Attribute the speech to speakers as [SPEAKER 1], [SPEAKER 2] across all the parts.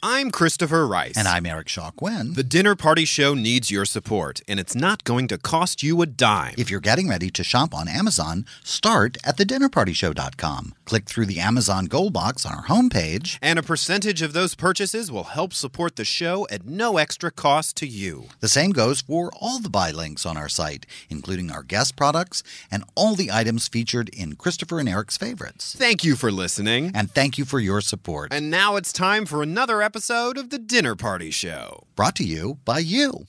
[SPEAKER 1] I'm Christopher Rice.
[SPEAKER 2] And I'm Eric Shaw Quinn.
[SPEAKER 1] The Dinner Party Show needs your support, and it's not going to cost you a dime.
[SPEAKER 2] If you're getting ready to shop on Amazon, start at thedinnerpartyshow.com. Click through the Amazon Gold box on our homepage.
[SPEAKER 1] And a percentage of those purchases will help support the show at no extra cost to you.
[SPEAKER 2] The same goes for all the buy links on our site, including our guest products and all the items featured in Christopher and Eric's favorites.
[SPEAKER 1] Thank you for listening.
[SPEAKER 2] And thank you for your support.
[SPEAKER 1] And now it's time for another episode of The Dinner Party Show.
[SPEAKER 2] Brought to you by you.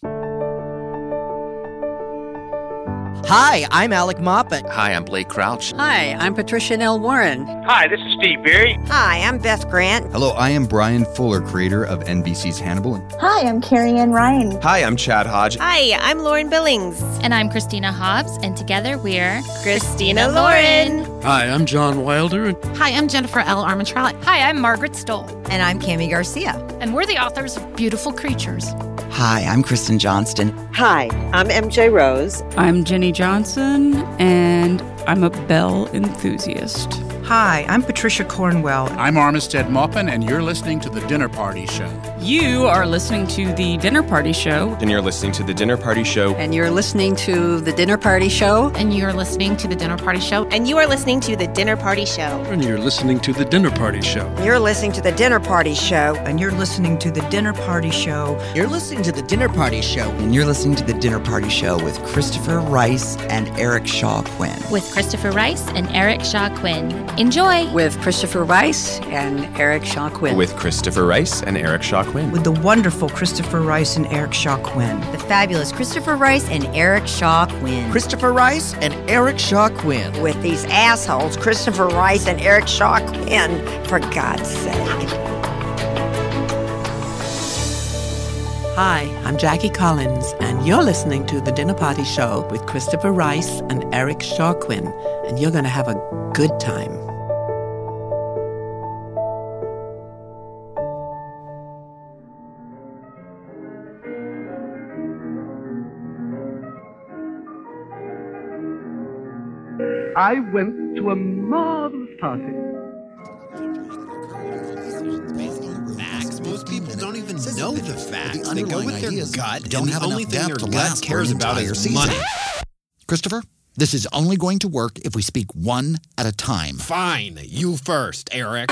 [SPEAKER 3] Hi, I'm Alec Moppet.
[SPEAKER 4] Hi, I'm Blake Crouch.
[SPEAKER 5] Hi, I'm Patricia Nell Warren.
[SPEAKER 6] Hi, this is Steve Berry.
[SPEAKER 7] Hi, I'm Beth Grant.
[SPEAKER 8] Hello, I am Brian Fuller, creator of NBC's Hannibal.
[SPEAKER 9] Hi, I'm Carrie Ann Ryan.
[SPEAKER 10] Hi, I'm Chad Hodge.
[SPEAKER 11] Hi, I'm Lauren Billings.
[SPEAKER 12] And I'm Christina Hobbs, and together we're
[SPEAKER 11] Christina, Christina Lauren.
[SPEAKER 13] Hi, I'm John Wilder.
[SPEAKER 14] Hi, I'm Jennifer L. Armentrout.
[SPEAKER 15] Hi, I'm Margaret Stoll.
[SPEAKER 16] And I'm Cami Garcia.
[SPEAKER 15] And we're the authors of Beautiful Creatures.
[SPEAKER 17] Hi, I'm Kristen Johnston.
[SPEAKER 18] Hi, I'm MJ Rose.
[SPEAKER 19] I'm Jenny Johnson, and I'm a bell enthusiast.
[SPEAKER 20] Hi, I'm Patricia Cornwell.
[SPEAKER 4] I'm Armistead Maupin, and you're listening to The Dinner Party Show.
[SPEAKER 19] You are listening to The Dinner Party Show.
[SPEAKER 1] And you're listening to The Dinner Party Show.
[SPEAKER 5] And you're listening to The Dinner Party Show.
[SPEAKER 6] And you're listening to The Dinner Party Show.
[SPEAKER 11] And you are listening to The Dinner Party Show.
[SPEAKER 13] And you're listening to The Dinner Party Show.
[SPEAKER 7] You're listening to The Dinner Party Show.
[SPEAKER 3] And you're listening to The Dinner Party Show.
[SPEAKER 17] You're listening to The Dinner Party Show. And you're listening to The Dinner Party Show with Christopher Rice and Eric Shaw Quinn.
[SPEAKER 12] With Christopher Rice and Eric Shaw Quinn. Enjoy!
[SPEAKER 5] With Christopher Rice and Eric Shaw Quinn.
[SPEAKER 4] With Christopher Rice and Eric Shaw Quinn.
[SPEAKER 3] With the wonderful Christopher Rice and Eric Shaw Quinn.
[SPEAKER 16] The fabulous Christopher Rice and Eric Shaw Quinn.
[SPEAKER 17] Christopher Rice and Eric Shaw Quinn.
[SPEAKER 7] With these assholes, Christopher Rice and Eric Shaw Quinn, for God's sake.
[SPEAKER 21] Hi, I'm Jackie Collins, and you're listening to The Dinner Party Show with Christopher Rice and Eric Shaw Quinn, and you're going to have a good time.
[SPEAKER 22] I went to a marvelous party.
[SPEAKER 1] Facts. Most people don't even know the facts. They go with their gut, and the only thing their gut cares about is money.
[SPEAKER 2] Christopher, this is only going to work if we speak one at a time.
[SPEAKER 1] Fine, you first, Eric.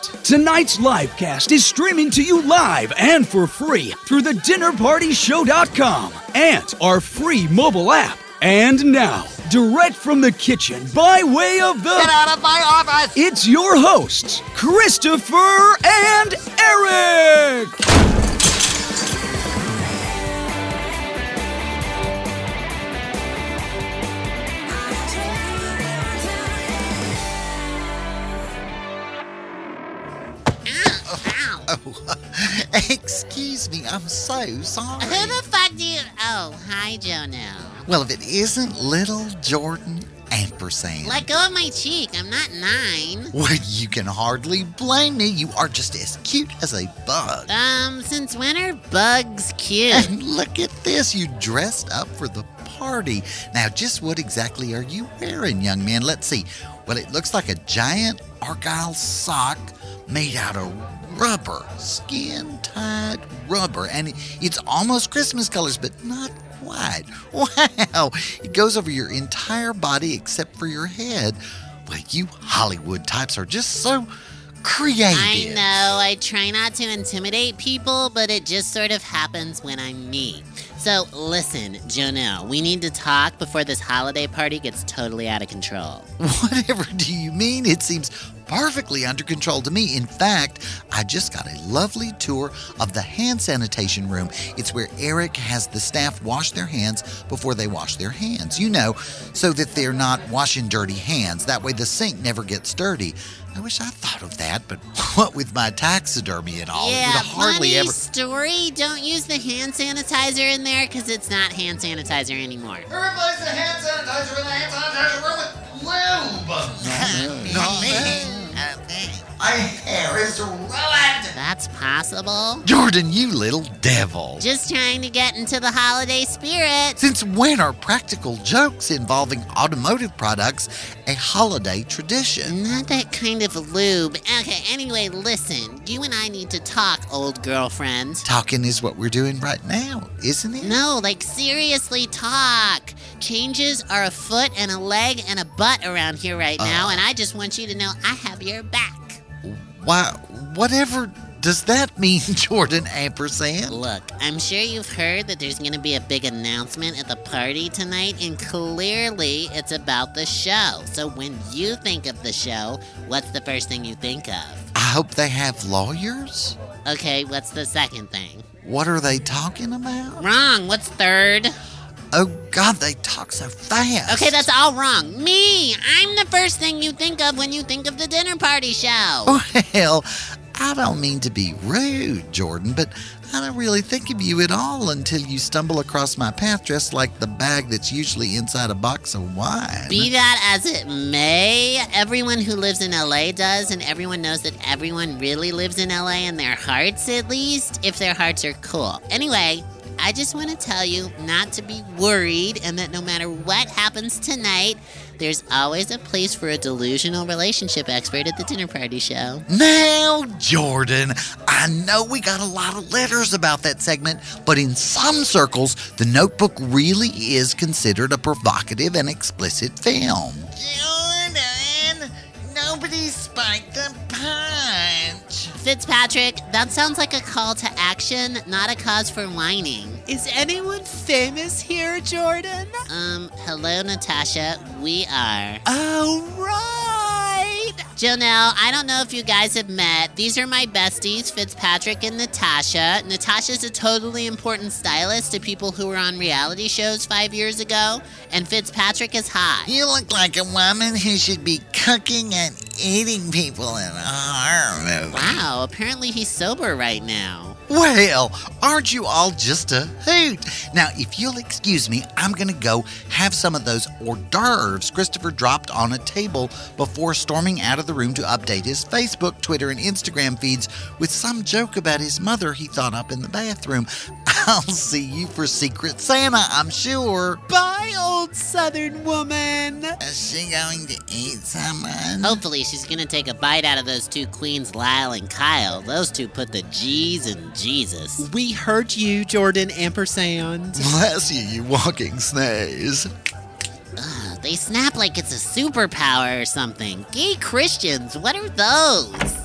[SPEAKER 23] Tonight's live cast is streaming to you live and for free through the dinnerpartyshow.com and our free mobile app. And now, direct from the kitchen by way of the
[SPEAKER 2] Get out of my office!
[SPEAKER 23] It's your hosts, Christopher and Eric!
[SPEAKER 24] Ow!
[SPEAKER 2] Oh, excuse me, I'm so sorry.
[SPEAKER 24] Who the fuck do you... Oh, hi, Jonelle.
[SPEAKER 2] Well, if it isn't little Jordan Ampersand.
[SPEAKER 24] Let go of my cheek. I'm not nine.
[SPEAKER 2] well, you can hardly blame me. You are just as cute as a bug.
[SPEAKER 24] Um, since when are bugs cute?
[SPEAKER 2] And look at this, you dressed up for the party. Now, just what exactly are you wearing, young man? Let's see. Well, it looks like a giant argyle sock made out of rubber, skin tight rubber, and it's almost Christmas colors, but not quite. Wow! It goes over your entire body except for your head. Well, you Hollywood types are just so creative.
[SPEAKER 24] I know, I try not to intimidate people, but it just sort of happens when I'm me. So listen, Jonelle, we need to talk before this holiday party gets totally out of control.
[SPEAKER 2] Whatever do you mean? It seems perfectly under control to me. In fact, I just got a lovely tour of the hand sanitation room. It's where Eric has the staff wash their hands before they wash their hands, you know, so that they're not washing dirty hands. That way the sink never gets dirty. I wish I thought of that, but what with my taxidermy and all,
[SPEAKER 24] yeah,
[SPEAKER 2] it would hardly
[SPEAKER 24] funny
[SPEAKER 2] ever.
[SPEAKER 24] story. Don't use the hand sanitizer in there because it's not hand sanitizer anymore.
[SPEAKER 8] Replace the hand sanitizer with a hand sanitizer with lube.
[SPEAKER 24] No,
[SPEAKER 8] My hair is ruined.
[SPEAKER 24] That's possible.
[SPEAKER 2] Jordan, you little devil.
[SPEAKER 24] Just trying to get into the holiday spirit.
[SPEAKER 2] Since when are practical jokes involving automotive products a holiday tradition?
[SPEAKER 24] Not that kind of lube. Okay, anyway, listen. You and I need to talk, old girlfriend.
[SPEAKER 2] Talking is what we're doing right now, isn't it?
[SPEAKER 24] No, like seriously, talk. Changes are a foot and a leg and a butt around here right now, and I just want you to know I have your back.
[SPEAKER 2] Why, whatever does that mean, Jordan ampersand?
[SPEAKER 24] Look, I'm sure you've heard that there's going to be a big announcement at the party tonight, and clearly it's about the show. So when you think of the show, what's the first thing you think of?
[SPEAKER 2] I hope they have lawyers.
[SPEAKER 24] Okay, what's the second thing?
[SPEAKER 2] What are they talking about?
[SPEAKER 24] Wrong. What's third?
[SPEAKER 2] Oh, God, they talk so fast.
[SPEAKER 24] Okay, that's all wrong. Me, I'm the first thing you think of when you think of the dinner party show.
[SPEAKER 2] Well, I don't mean to be rude, Jordan, but I don't really think of you at all until you stumble across my path dressed like the bag that's usually inside a box of wine.
[SPEAKER 24] Be that as it may, everyone who lives in LA does, and everyone knows that everyone really lives in LA in their hearts, at least, if their hearts are cool. Anyway, I just want to tell you not to be worried and that no matter what happens tonight, there's always a place for a delusional relationship expert at the dinner party show.
[SPEAKER 2] Now, Jordan, I know we got a lot of letters about that segment, but in some circles, the notebook really is considered a provocative and explicit film.
[SPEAKER 8] Jordan, nobody spiked the punch.
[SPEAKER 24] Fitzpatrick, that sounds like a call to action, not a cause for whining.
[SPEAKER 9] Is anyone famous here, Jordan?
[SPEAKER 24] Um, hello, Natasha. We are.
[SPEAKER 9] Oh, right!
[SPEAKER 24] Jonelle, I don't know if you guys have met. These are my besties, Fitzpatrick and Natasha. Natasha's a totally important stylist to people who were on reality shows five years ago, and Fitzpatrick is hot.
[SPEAKER 8] You look like a woman who should be cooking and eating people in a horror movie.
[SPEAKER 24] Wow, apparently he's sober right now.
[SPEAKER 2] Well, aren't you all just a hoot? Now, if you'll excuse me, I'm going to go have some of those hors d'oeuvres Christopher dropped on a table before storming out of the room to update his Facebook, Twitter, and Instagram feeds with some joke about his mother he thought up in the bathroom. I'll see you for Secret Santa, I'm sure.
[SPEAKER 9] Bye, old Southern woman.
[SPEAKER 8] Is she going to eat someone?
[SPEAKER 24] Hopefully, she's going to take a bite out of those two queens, Lyle and Kyle. Those two put the G's in Jesus.
[SPEAKER 9] We heard you, Jordan ampersand.
[SPEAKER 2] Bless you, you walking snays.
[SPEAKER 24] Ugh, they snap like it's a superpower or something. Gay Christians, what are those?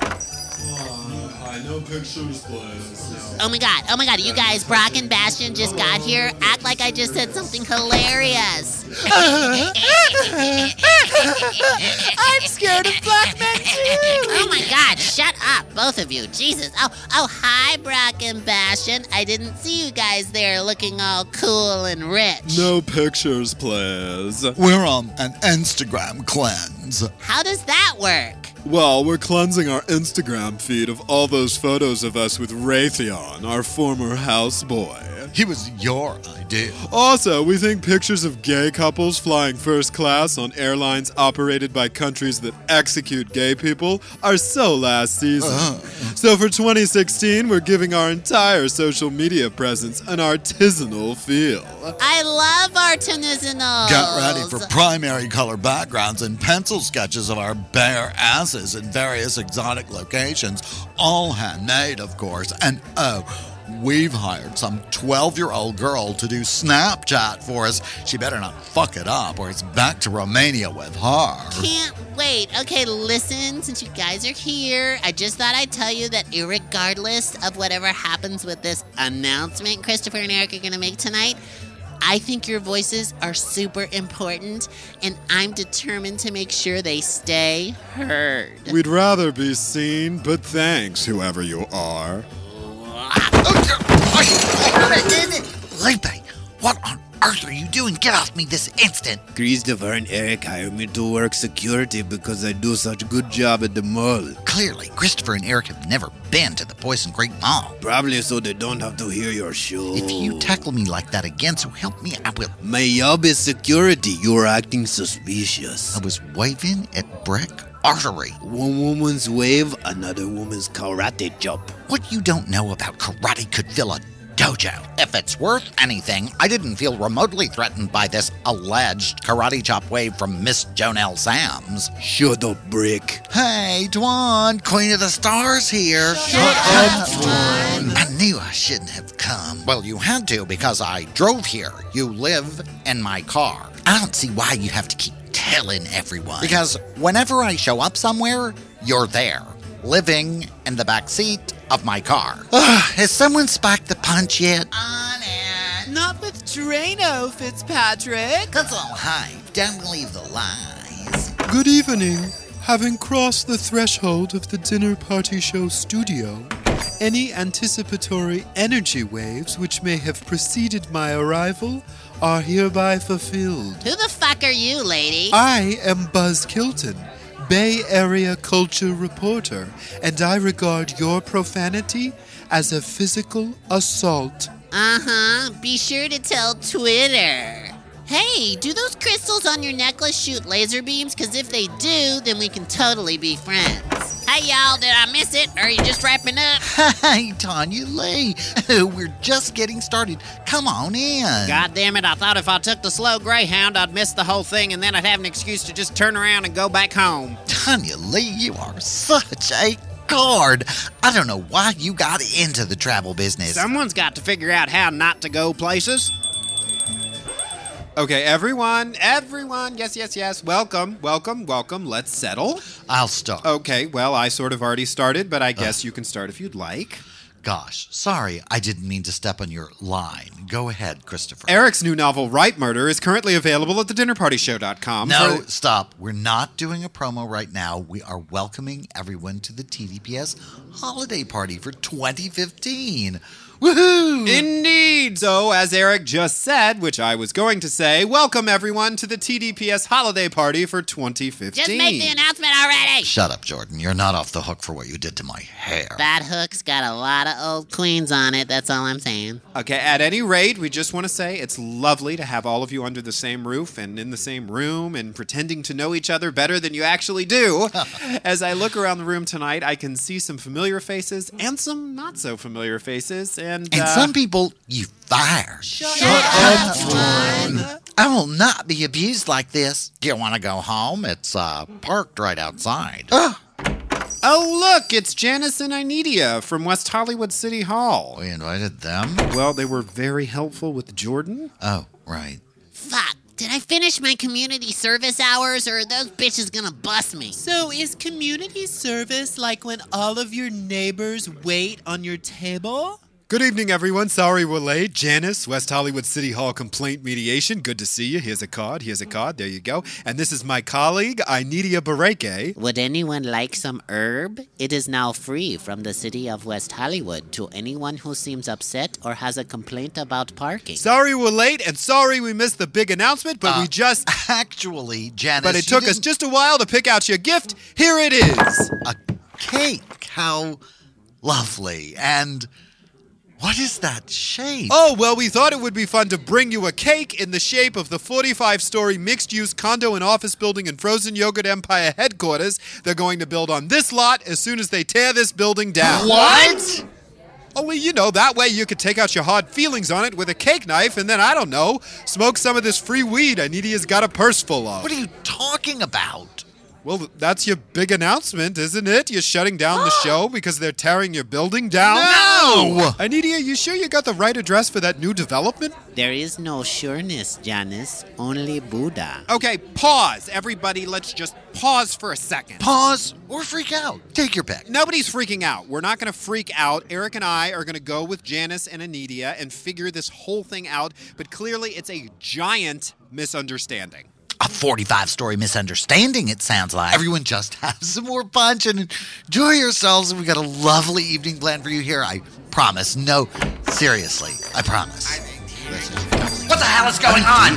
[SPEAKER 13] No pictures, please.
[SPEAKER 24] Oh my god, oh my god, you guys, Brock and Bastion just got here. Act like I just said something hilarious.
[SPEAKER 9] I'm scared of black men too.
[SPEAKER 24] Oh my god, shut up, both of you. Jesus. Oh, oh, hi, Brock and Bastion. I didn't see you guys there looking all cool and rich.
[SPEAKER 13] No pictures, please.
[SPEAKER 2] We're on an Instagram cleanse.
[SPEAKER 24] How does that work?
[SPEAKER 13] Well, we're cleansing our Instagram feed of all those photos of us with Raytheon, our former houseboy.
[SPEAKER 2] He was your idea.
[SPEAKER 13] Also, we think pictures of gay couples flying first class on airlines operated by countries that execute gay people are so last season.
[SPEAKER 24] Uh-huh.
[SPEAKER 13] So for 2016, we're giving our entire social media presence an artisanal feel.
[SPEAKER 24] I love artisanal.
[SPEAKER 2] Got ready for primary color backgrounds and pencil sketches of our bare asses in various exotic locations, all handmade, of course. And oh, we've hired some 12 year old girl to do Snapchat for us. She better not fuck it up, or it's back to Romania with her.
[SPEAKER 24] Can't wait. Okay, listen, since you guys are here, I just thought I'd tell you that, irregardless of whatever happens with this announcement Christopher and Eric are going to make tonight, I think your voices are super important, and I'm determined to make sure they stay heard.
[SPEAKER 13] We'd rather be seen, but thanks, whoever you are.
[SPEAKER 2] Lipe, what on earth are you doing? Get off me this instant.
[SPEAKER 14] Christopher and Eric hired me to work security because I do such a good job at the mall.
[SPEAKER 2] Clearly, Christopher and Eric have never been to the Poison Creek Mall.
[SPEAKER 14] Probably so they don't have to hear your show.
[SPEAKER 2] If you tackle me like that again, so help me, I will.
[SPEAKER 14] My job is security. You are acting suspicious.
[SPEAKER 2] I was waving at Breck Artery.
[SPEAKER 14] One woman's wave, another woman's karate chop.
[SPEAKER 2] What you don't know about karate could fill a dojo. If it's worth anything, I didn't feel remotely threatened by this alleged karate chop wave from Miss Jonelle Sams.
[SPEAKER 14] Shut up, Brick.
[SPEAKER 2] Hey, Dwan, Queen of the Stars here. Shut up, Dwan. I knew I shouldn't have come. Well, you had to because I drove here. You live in my car. I don't see why you have to keep telling everyone. Because whenever I show up somewhere, you're there, living in the back seat of my car. Ugh, has someone spiked the punch yet?
[SPEAKER 6] On it.
[SPEAKER 25] Not with Drano, Fitzpatrick.
[SPEAKER 8] That's all hype. Don't believe the lies.
[SPEAKER 26] Good evening. Having crossed the threshold of the dinner party show studio, any anticipatory energy waves which may have preceded my arrival are hereby fulfilled.
[SPEAKER 24] Who the fuck are you, lady?
[SPEAKER 26] I am Buzz Kilton, Bay Area culture reporter, and I regard your profanity as a physical assault.
[SPEAKER 24] Uh huh. Be sure to tell Twitter. Hey, do those crystals on your necklace shoot laser beams? Because if they do, then we can totally be friends. Hey, y'all, did I miss it? Or are you just wrapping up?
[SPEAKER 2] Hey, Tanya Lee, we're just getting started. Come on in.
[SPEAKER 1] God damn it, I thought if I took the slow greyhound, I'd miss the whole thing and then I'd have an excuse to just turn around and go back home.
[SPEAKER 2] Tanya Lee, you are such a guard. I don't know why you got into the travel business.
[SPEAKER 1] Someone's got to figure out how not to go places.
[SPEAKER 13] Okay, everyone, everyone, yes, yes, yes. Welcome, welcome, welcome. Let's settle.
[SPEAKER 2] I'll start. Uh.
[SPEAKER 13] Okay, well, I sort of already started, but I guess you can start if you'd like.
[SPEAKER 2] Gosh, sorry, I didn't mean to step on your line. Go ahead, Christopher.
[SPEAKER 13] Eric's new novel, Right Murder, is currently available at thedinnerpartyshow.com.
[SPEAKER 2] No,
[SPEAKER 13] for-
[SPEAKER 2] stop. We're not doing a promo right now. We are welcoming everyone to the TDPS holiday party for 2015. Woohoo!
[SPEAKER 13] Indeed. So, as Eric just said, which I was going to say, welcome everyone to the TDPS holiday party for 2015.
[SPEAKER 24] Just make the announcement already.
[SPEAKER 2] Shut up, Jordan. You're not off the hook for what you did to my hair.
[SPEAKER 24] That hook's got a lot of old queens on it. That's all I'm saying.
[SPEAKER 13] Okay, at any rate, we just want to say it's lovely to have all of you under the same roof and in the same room and pretending to know each other better than you actually do. As I look around the room tonight, I can see some familiar faces and some not so familiar faces. And,
[SPEAKER 2] And
[SPEAKER 13] uh,
[SPEAKER 2] some people you fired.
[SPEAKER 13] Shut up,
[SPEAKER 2] Dwan. I will not be abused like this. Do you want to go home? It's uh, parked right outside.
[SPEAKER 13] Oh, look, it's Janice and Inedia from West Hollywood City Hall.
[SPEAKER 2] We invited them.
[SPEAKER 13] Well, they were very helpful with Jordan.
[SPEAKER 2] Oh, right.
[SPEAKER 24] Fuck. Did I finish my community service hours or are those bitches gonna bust me?
[SPEAKER 25] So, is community service like when all of your neighbors wait on your table?
[SPEAKER 13] Good evening, everyone. Sorry we're late. Janice, West Hollywood City Hall Complaint Mediation. Good to see you. Here's a card. Here's a card. There you go. And this is my colleague, Inedia Bareke.
[SPEAKER 24] Would anyone like some herb? It is now free from the city of West Hollywood to anyone who seems upset or has a complaint about parking.
[SPEAKER 13] Sorry we're late, and sorry we missed the big announcement, but we just.
[SPEAKER 2] Uh, Actually, Janice.
[SPEAKER 13] But it
[SPEAKER 2] you
[SPEAKER 13] took us
[SPEAKER 2] didn't-
[SPEAKER 13] just a while to pick out your gift. Here it is.
[SPEAKER 2] a cake. How lovely. And What is that shape?
[SPEAKER 26] Oh, well, we thought it would be fun to bring you a cake in the shape of the 45 story mixed use condo and office building in Frozen Yogurt Empire headquarters they're going to build on this lot as soon as they tear this building down.
[SPEAKER 25] What?
[SPEAKER 26] Oh, well, you know, that way you could take out your hard feelings on it with a cake knife and then, I don't know, smoke some of this free weed Anita's got a purse full of.
[SPEAKER 2] What are you talking about?
[SPEAKER 26] Well, that's your big announcement, isn't it? You're shutting down the show because they're tearing your building down?
[SPEAKER 2] No!
[SPEAKER 26] Anidia, you sure you got the right address for that new development?
[SPEAKER 25] There is no sureness, Janus, only Buddha.
[SPEAKER 27] Okay, pause. Everybody, let's just pause for a second.
[SPEAKER 2] Pause or freak out. Take your pick.
[SPEAKER 27] Nobody's freaking out. We're not going to freak out. Eric and I are going to go with Janice and Anidia and figure this whole thing out, but clearly it's a giant misunderstanding
[SPEAKER 2] a 45 story misunderstanding, it sounds like. Everyone just have some more punch and enjoy yourselves. We've got a lovely evening planned for you here. I promise. No, seriously, I promise.
[SPEAKER 25] What the hell is going on?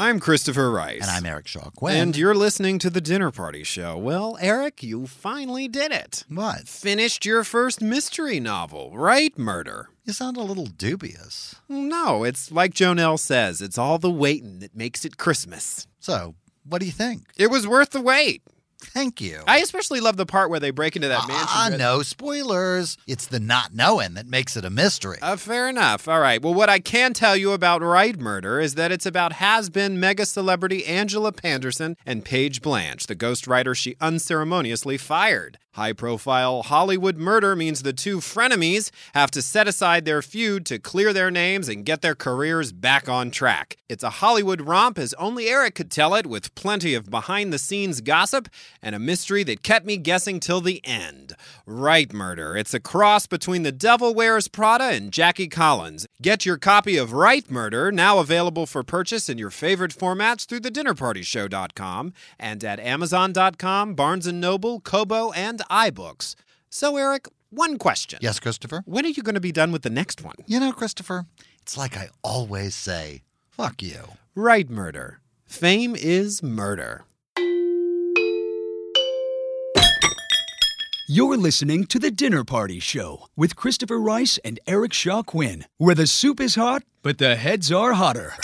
[SPEAKER 1] I'm Christopher Rice.
[SPEAKER 2] And I'm Eric Shaw Quinn.
[SPEAKER 1] And you're listening to The Dinner Party Show. Well, Eric, you finally did it.
[SPEAKER 2] What?
[SPEAKER 1] Finished your first mystery novel, right, Murder?
[SPEAKER 2] You sound a little dubious.
[SPEAKER 25] Oh,
[SPEAKER 1] No, it's like Jonelle says it's all the waiting that makes it Christmas.
[SPEAKER 2] So, what do you think?
[SPEAKER 1] It was worth the wait.
[SPEAKER 2] Thank you.
[SPEAKER 1] I especially love the part where they break into that mansion.
[SPEAKER 2] Ah, uh, no spoilers. It's the not knowing that makes it a mystery.
[SPEAKER 1] Uh, fair enough. All right. Well, what I can tell you about Ride Murder is that it's about has-been mega celebrity Angela Panderson and Paige Blanche, the ghostwriter she unceremoniously fired. High-profile Hollywood murder means the two frenemies have to set aside their feud to clear their names and get their careers back on track. It's a Hollywood romp as only Eric could tell it, with plenty of behind-the-scenes gossip and a mystery that kept me guessing till the end. Right Murder. It's a cross between The Devil Wears Prada and Jackie Collins. Get your copy of Right Murder, now available for purchase in your favorite formats through thedinnerpartyshow.com and at amazon.com, Barnes & Noble, Kobo, and iBooks. So Eric, one question.
[SPEAKER 2] Yes, Christopher?
[SPEAKER 1] When are you going to be done with the next one?
[SPEAKER 2] You know, Christopher, it's like I always say, fuck you.
[SPEAKER 1] Right Murder. Fame is murder.
[SPEAKER 23] You're listening to The Dinner Party Show with Christopher Rice and Eric Shaw Quinn, where the soup is hot, but the heads are hotter.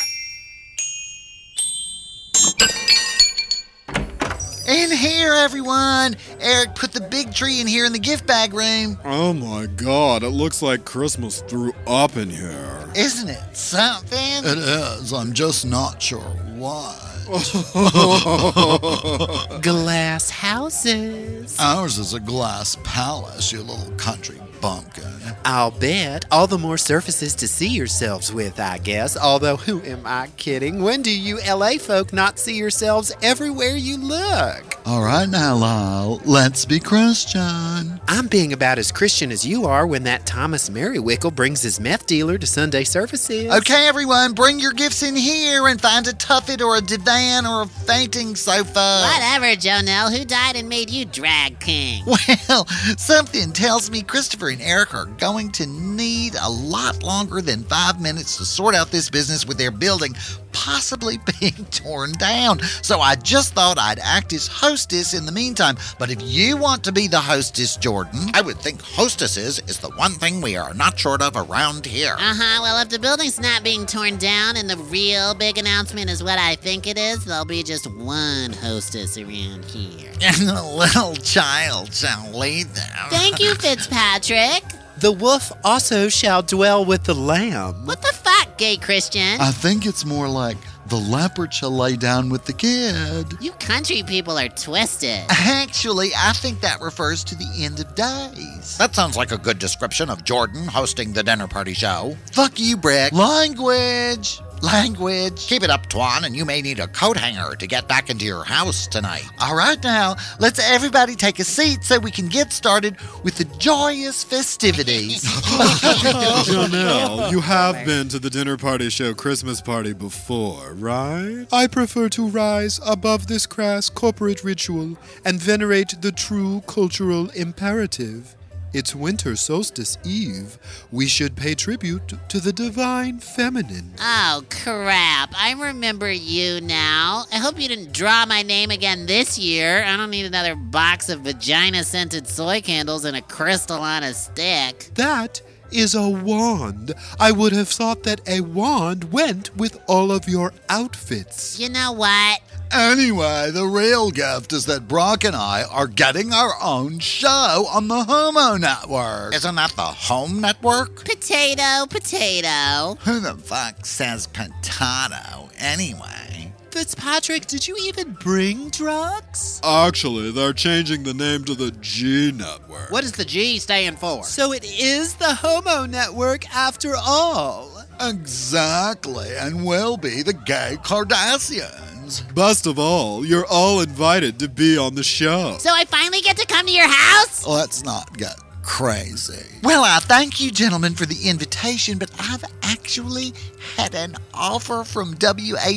[SPEAKER 2] In here, everyone! Eric put the big tree in here in the gift bag room.
[SPEAKER 26] Oh my god, it looks like Christmas threw up in here.
[SPEAKER 2] Isn't it something?
[SPEAKER 24] It is. I'm just not sure why.
[SPEAKER 25] glass houses.
[SPEAKER 24] Ours is a glass palace, you little country bumpkin.
[SPEAKER 25] I'll bet. All the more surfaces to see yourselves with, I guess. Although, who am I kidding? When do you LA folk not see yourselves everywhere you look?
[SPEAKER 24] All right, now, Lyle, let's be Christian.
[SPEAKER 25] I'm being about as Christian as you are when that Thomas Merriwickle brings his meth dealer to Sunday services.
[SPEAKER 2] Okay, everyone, bring your gifts in here and find a tuffet or a divan or a fainting sofa.
[SPEAKER 25] Whatever, Jonelle. Who died and made you drag king?
[SPEAKER 2] Well, something tells me Christopher and Eric are going to need a lot longer than five minutes to sort out this business with their building possibly being torn down. So I just thought I'd act as hostess in the meantime. But if you want to be the hostess, Jordan, I would think hostesses is the one thing we are not short of around here.
[SPEAKER 25] Uh
[SPEAKER 24] Uh-huh,
[SPEAKER 25] huh. Well, if the building's not being torn down and the real big announcement is what I think it is, there'll be just one hostess around here.
[SPEAKER 2] And the little child shall lead them.
[SPEAKER 25] Thank you, Fitzpatrick.
[SPEAKER 27] The wolf also shall dwell with the lamb.
[SPEAKER 25] What the fuck, gay Christian?
[SPEAKER 24] I think it's more like the leopard shall lay down with the kid.
[SPEAKER 25] You country people are twisted.
[SPEAKER 2] Actually, I think that refers to the end of days.
[SPEAKER 24] That sounds like a good description of Jordan hosting the dinner party show.
[SPEAKER 2] Fuck you, Breck.
[SPEAKER 24] Language!
[SPEAKER 2] Language.
[SPEAKER 24] Keep it up, Tuan, and you may need a coat hanger to get back into your house tonight.
[SPEAKER 2] All right, now, let's everybody take a seat so we can get started with the joyous festivities.
[SPEAKER 13] Oh,
[SPEAKER 26] Janelle, you have been to the dinner party show Christmas party before, right?
[SPEAKER 13] I prefer to rise above this crass corporate ritual and venerate the true cultural imperative
[SPEAKER 26] It's winter solstice eve. We should pay tribute to the divine feminine.
[SPEAKER 24] Oh, crap. I remember you now. I hope you didn't draw my name again this year. I don't need another box of vagina scented soy candles and a crystal on a stick.
[SPEAKER 26] That is a wand. I would have thought that a wand went with all of your outfits.
[SPEAKER 24] You know what?
[SPEAKER 28] Anyway, the real gift is that Brock and I are getting our own show on the Homo Network.
[SPEAKER 2] Isn't that the Home Network?
[SPEAKER 24] Potato, potato.
[SPEAKER 2] Who the fuck says potato anyway?
[SPEAKER 25] Fitzpatrick, did you even bring drugs?
[SPEAKER 13] Actually, they're changing the name to the G Network.
[SPEAKER 24] What does the G stand for?
[SPEAKER 25] So it is the Homo Network after all.
[SPEAKER 28] Exactly, and will be the gay Kardashian.
[SPEAKER 13] Best of all, you're all invited to be on the show.
[SPEAKER 24] So I finally get to come to your house?
[SPEAKER 28] Let's not get crazy.
[SPEAKER 2] Well, I thank you, gentlemen, for the invitation, but I've actually had an offer from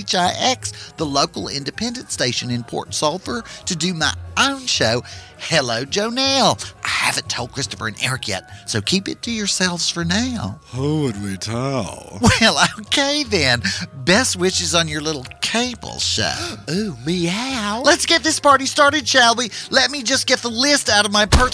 [SPEAKER 2] WHIX, the local independent station in Port Sulphur, to do my own show, Hello Jonelle. I haven't told Christopher and Eric yet, so keep it to yourselves for now.
[SPEAKER 13] Who would we tell?
[SPEAKER 2] Well, okay then. Best wishes on your little cable show.
[SPEAKER 25] Ooh, meow.
[SPEAKER 2] Let's get this party started, shall we? Let me just get the list out of my purse.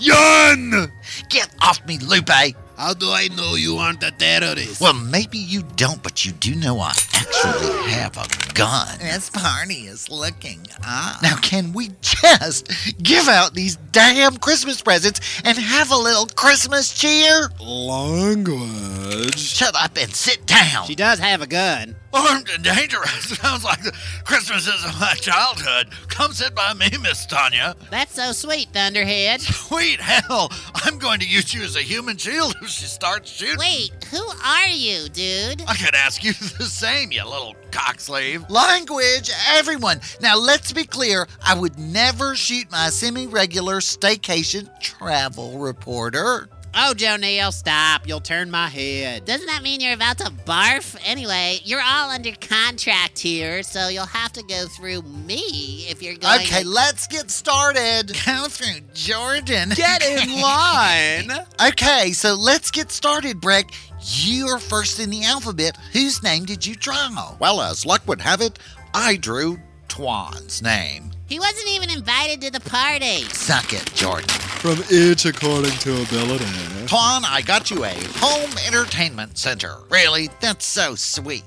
[SPEAKER 13] Yun!
[SPEAKER 2] Get off me, Lupe!
[SPEAKER 29] How do I know you aren't a terrorist?
[SPEAKER 2] Well, maybe you don't, but you do know I actually have a gun. Ah.
[SPEAKER 25] This party is looking up.
[SPEAKER 2] Now, can we just give out these damn Christmas presents and have a little Christmas cheer?
[SPEAKER 13] Language.
[SPEAKER 2] Shut up and sit down.
[SPEAKER 24] She does have a gun.
[SPEAKER 30] Armed and dangerous. Sounds like Christmas is my childhood. Come sit by me, Miss Tanya.
[SPEAKER 24] That's so sweet, Thunderhead.
[SPEAKER 30] Sweet hell. I'm going to use you as a human shield if she starts shooting.
[SPEAKER 24] Wait, who are you, dude?
[SPEAKER 30] I could ask you the same, you little cockslave.
[SPEAKER 2] Language, everyone. Now, let's be clear. I would never shoot my semi regular staycation travel reporter.
[SPEAKER 24] Oh, Jonelle, stop. You'll turn my head. Doesn't that mean you're about to barf? Anyway, you're all under contract here, so you'll have to go through me if you're going.
[SPEAKER 2] Okay,
[SPEAKER 24] to...
[SPEAKER 2] let's get started.
[SPEAKER 30] Go through Jordan.
[SPEAKER 25] Get in line.
[SPEAKER 2] okay, so let's get started, Breck. You're first in the alphabet. Whose name did you draw?
[SPEAKER 28] Well, as luck would have it, I drew Twan's name.
[SPEAKER 24] He wasn't even invited to the party.
[SPEAKER 2] Suck it, Jordan
[SPEAKER 13] from each according to ability.
[SPEAKER 28] Twan, I got you a home entertainment center.
[SPEAKER 2] Really? That's so sweet.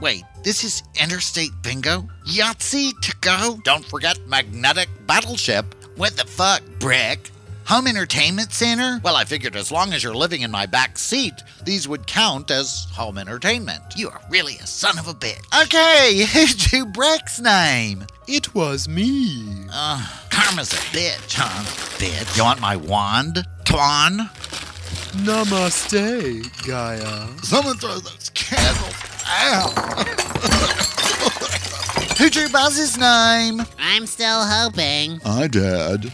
[SPEAKER 2] Wait, this is interstate bingo? Yahtzee to go?
[SPEAKER 28] Don't forget magnetic battleship.
[SPEAKER 2] What the fuck, Brick? Home entertainment center?
[SPEAKER 28] Well, I figured as long as you're living in my back seat, these would count as home entertainment.
[SPEAKER 2] You are really a son of a bitch. Okay, who Breck's name?
[SPEAKER 26] It was me.
[SPEAKER 2] Uh, karma's a bitch, huh? Bitch. You want my wand? Twan?
[SPEAKER 26] Namaste, Gaia.
[SPEAKER 28] Someone throw those candles out.
[SPEAKER 2] Who drew Buzz's name?
[SPEAKER 24] I'm still hoping.
[SPEAKER 31] I did.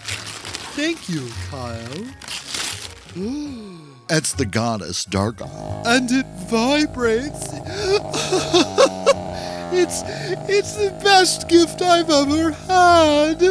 [SPEAKER 26] Thank you, Kyle.
[SPEAKER 31] Ooh. It's the goddess Dark.
[SPEAKER 26] And it vibrates. It's it's the best gift I've ever had.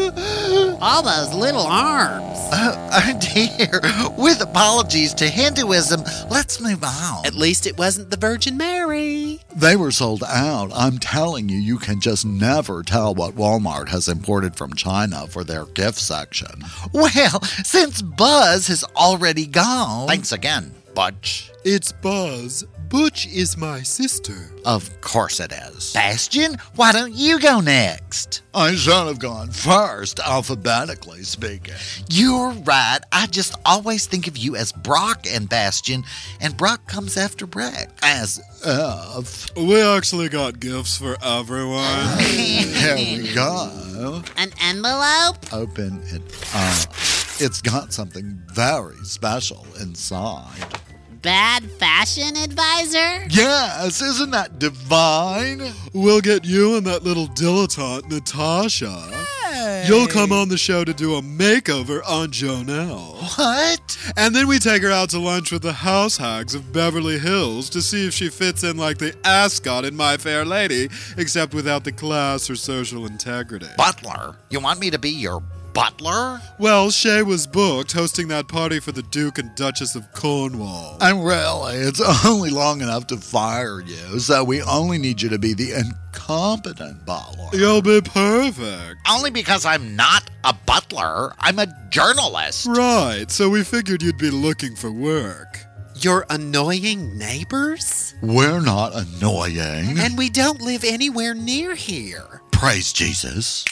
[SPEAKER 24] All those little arms.
[SPEAKER 2] Oh, oh dear. With apologies to Hinduism, let's move on.
[SPEAKER 25] At least it wasn't the Virgin Mary.
[SPEAKER 31] They were sold out. I'm telling you, you can just never tell what Walmart has imported from China for their gift section.
[SPEAKER 2] Well, since Buzz has already gone.
[SPEAKER 28] Thanks again, Butch.
[SPEAKER 26] It's Buzz. Butch is my sister.
[SPEAKER 28] Of course it is.
[SPEAKER 2] Bastion, why don't you go next?
[SPEAKER 31] I should have gone first, alphabetically speaking.
[SPEAKER 2] You're right. I just always think of you as Brock and Bastion, and Brock comes after Breck.
[SPEAKER 31] As of.
[SPEAKER 13] We actually got gifts for everyone.
[SPEAKER 31] Here we go.
[SPEAKER 24] An envelope?
[SPEAKER 31] Open it up. It's got something very special inside
[SPEAKER 24] bad fashion advisor?
[SPEAKER 31] Yes, isn't that divine?
[SPEAKER 13] We'll get you and that little dilettante, Natasha. Hey. You'll come on the show to do a makeover on Jonelle.
[SPEAKER 2] What?
[SPEAKER 13] And then we take her out to lunch with the house hags of Beverly Hills to see if she fits in like the ascot in My Fair Lady, except without the class or social integrity.
[SPEAKER 28] Butler, you want me to be your
[SPEAKER 2] butler?
[SPEAKER 13] Well, Shay was booked hosting that party for the Duke and Duchess of Cornwall.
[SPEAKER 31] And really, it's only long enough to fire you, so we only need you to be the incompetent butler.
[SPEAKER 13] You'll be perfect.
[SPEAKER 2] Only because I'm not a butler, I'm a journalist.
[SPEAKER 13] Right, so we figured you'd be looking for work.
[SPEAKER 25] Your annoying neighbors?
[SPEAKER 31] We're not annoying.
[SPEAKER 25] And we don't live anywhere near here.
[SPEAKER 31] Praise Jesus.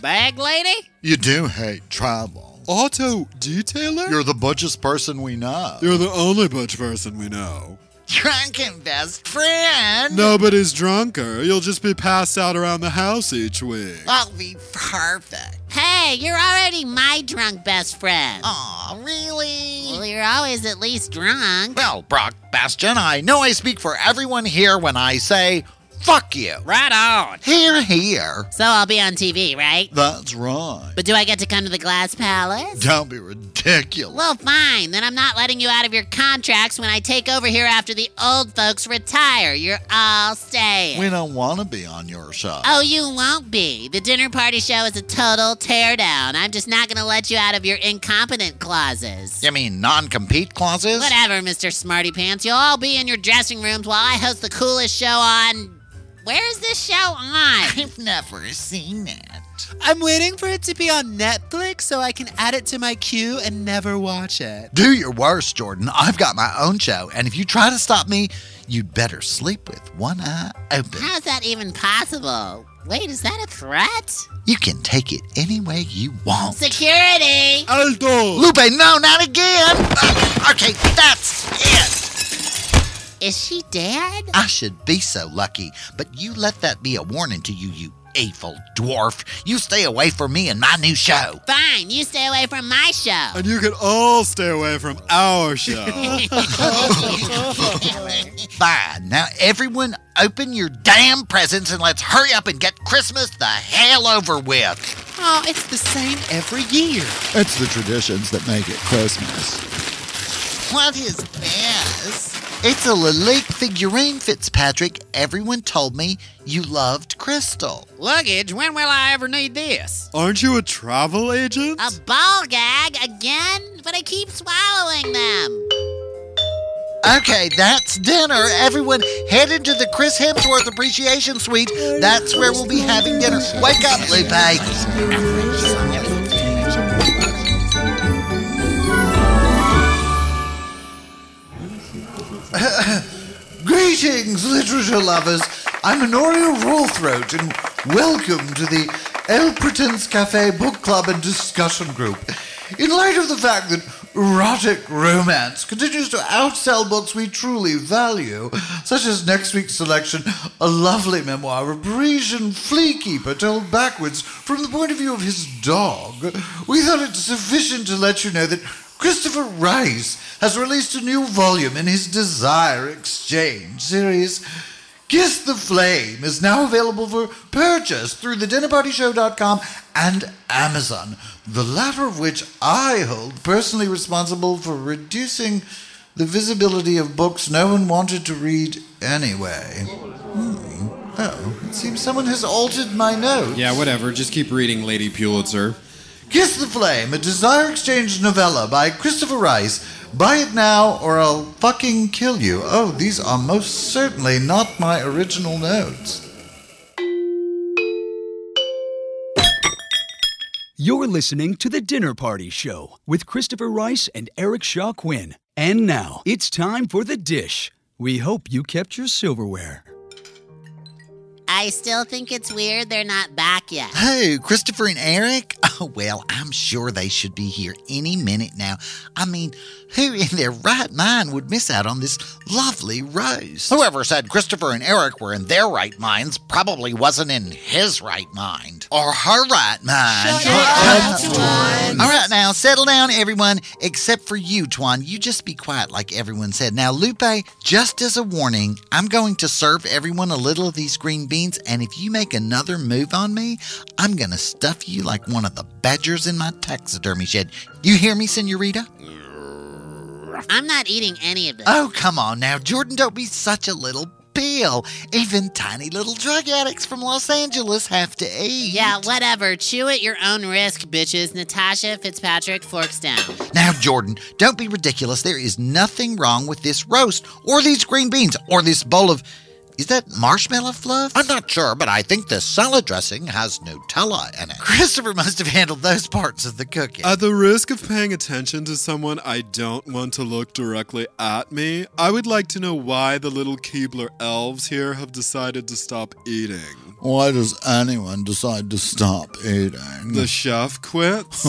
[SPEAKER 24] Bag lady?
[SPEAKER 31] You do hate travel.
[SPEAKER 13] Auto detailer?
[SPEAKER 31] You're the butchest person we know.
[SPEAKER 13] You're the only butch person we know.
[SPEAKER 2] Drunken best friend.
[SPEAKER 13] Nobody's drunker. You'll just be passed out around the house each week.
[SPEAKER 2] I'll be perfect.
[SPEAKER 24] Hey, you're already my drunk best friend.
[SPEAKER 2] Aw, really?
[SPEAKER 24] Well, you're always at least drunk.
[SPEAKER 2] Well, Brock, Bastion, I know I speak for everyone here when I say Fuck you.
[SPEAKER 24] Right on.
[SPEAKER 2] Here, here.
[SPEAKER 24] So I'll be on TV, right?
[SPEAKER 31] That's right.
[SPEAKER 24] But do I get to come to the Glass Palace?
[SPEAKER 31] Don't be ridiculous.
[SPEAKER 24] Well, fine. Then I'm not letting you out of your contracts when I take over here after the old folks retire. You're all staying.
[SPEAKER 31] We don't want to be on your show.
[SPEAKER 24] Oh, you won't be. The dinner party show is a total teardown. I'm just not going to let you out of your incompetent clauses.
[SPEAKER 2] You mean non compete clauses?
[SPEAKER 24] Whatever, Mr. Smarty Pants. You'll all be in your dressing rooms while I host the coolest show on. Where's this show on?
[SPEAKER 2] I've never seen it.
[SPEAKER 25] I'm waiting for it to be on Netflix so I can add it to my queue and never watch it.
[SPEAKER 2] Do your worst, Jordan. I've got my own show, and if you try to stop me, you'd better sleep with one eye open.
[SPEAKER 24] How's that even possible? Wait, is that a threat?
[SPEAKER 2] You can take it any way you want.
[SPEAKER 24] Security!
[SPEAKER 13] Aldo!
[SPEAKER 2] Lupe, no, not again! okay, that's it!
[SPEAKER 24] Is she dead?
[SPEAKER 2] I should be so lucky, but you let that be a warning to you, you evil dwarf. You stay away from me and my new show.
[SPEAKER 24] Fine, you stay away from my show.
[SPEAKER 13] And you can all stay away from our show.
[SPEAKER 2] Fine, now everyone open your damn presents and let's hurry up and get Christmas the hell over with.
[SPEAKER 25] Oh, it's the same every year.
[SPEAKER 31] It's the traditions that make it Christmas.
[SPEAKER 2] What is this? It's a Lalique figurine, Fitzpatrick. Everyone told me you loved crystal.
[SPEAKER 24] Luggage? When will I ever need this?
[SPEAKER 13] Aren't you a travel agent?
[SPEAKER 24] A ball gag again? But I keep swallowing them.
[SPEAKER 2] Okay, that's dinner. Everyone, head into the Chris Hemsworth Appreciation Suite. That's where we'll be having dinner. Wake up, Lupe.
[SPEAKER 8] Greetings, literature lovers. I'm Honoria Rawthroat, and welcome to the El Pretense Cafe Book Club and Discussion Group. In light of the fact that erotic romance continues to outsell books we truly value, such as next week's selection, a lovely memoir of a Parisian flea keeper told backwards from the point of view of his dog, we thought it sufficient to let you know that Christopher Rice has released a new volume in his Desire Exchange series. Kiss the Flame is now available for purchase through thedinnerpartyshow.com and Amazon, the latter of which I hold personally responsible for reducing the visibility of books no one wanted to read anyway. Hmm. Oh, it seems someone has altered my notes.
[SPEAKER 1] Yeah, whatever. Just keep reading, Lady Pulitzer.
[SPEAKER 8] Kiss the Flame, a Desire Exchange novella by Christopher Rice. Buy it now or I'll fucking kill you. Oh, these are most certainly not my original notes.
[SPEAKER 23] You're listening to The Dinner Party Show with Christopher Rice and Eric Shaw Quinn. And now it's time for the dish. We hope you kept your silverware.
[SPEAKER 24] I still think it's weird they're not back yet.
[SPEAKER 2] Who, oh, Christopher and Eric? Oh, well, I'm sure they should be here any minute now. I mean, who in their right mind would miss out on this lovely roast? Whoever said Christopher and Eric were in their right minds probably wasn't in his right mind. Or her right mind.
[SPEAKER 24] Shut up, Twan.
[SPEAKER 2] All right, now, settle down, everyone, except for you, Twan. You just be quiet like everyone said. Now, Lupe, just as a warning, I'm going to serve everyone a little of these green beans and if you make another move on me, I'm going to stuff you like one of the badgers in my taxidermy shed. You hear me, Senorita?
[SPEAKER 24] I'm not eating any of this.
[SPEAKER 2] Oh, come on now, Jordan, don't be such a little pill. Even tiny little drug addicts from Los Angeles have to eat.
[SPEAKER 24] Yeah, whatever. Chew at your own risk, bitches. Natasha Fitzpatrick forks down.
[SPEAKER 2] Now, Jordan, don't be ridiculous. There is nothing wrong with this roast or these green beans or this bowl of. Is that marshmallow fluff?
[SPEAKER 8] I'm not sure, but I think the salad dressing has Nutella in it.
[SPEAKER 2] Christopher must have handled those parts of the cooking.
[SPEAKER 13] At the risk of paying attention to someone I don't want to look directly at me, I would like to know why the little Keebler elves here have decided to stop eating.
[SPEAKER 31] Why does anyone decide to stop eating?
[SPEAKER 13] The chef quits.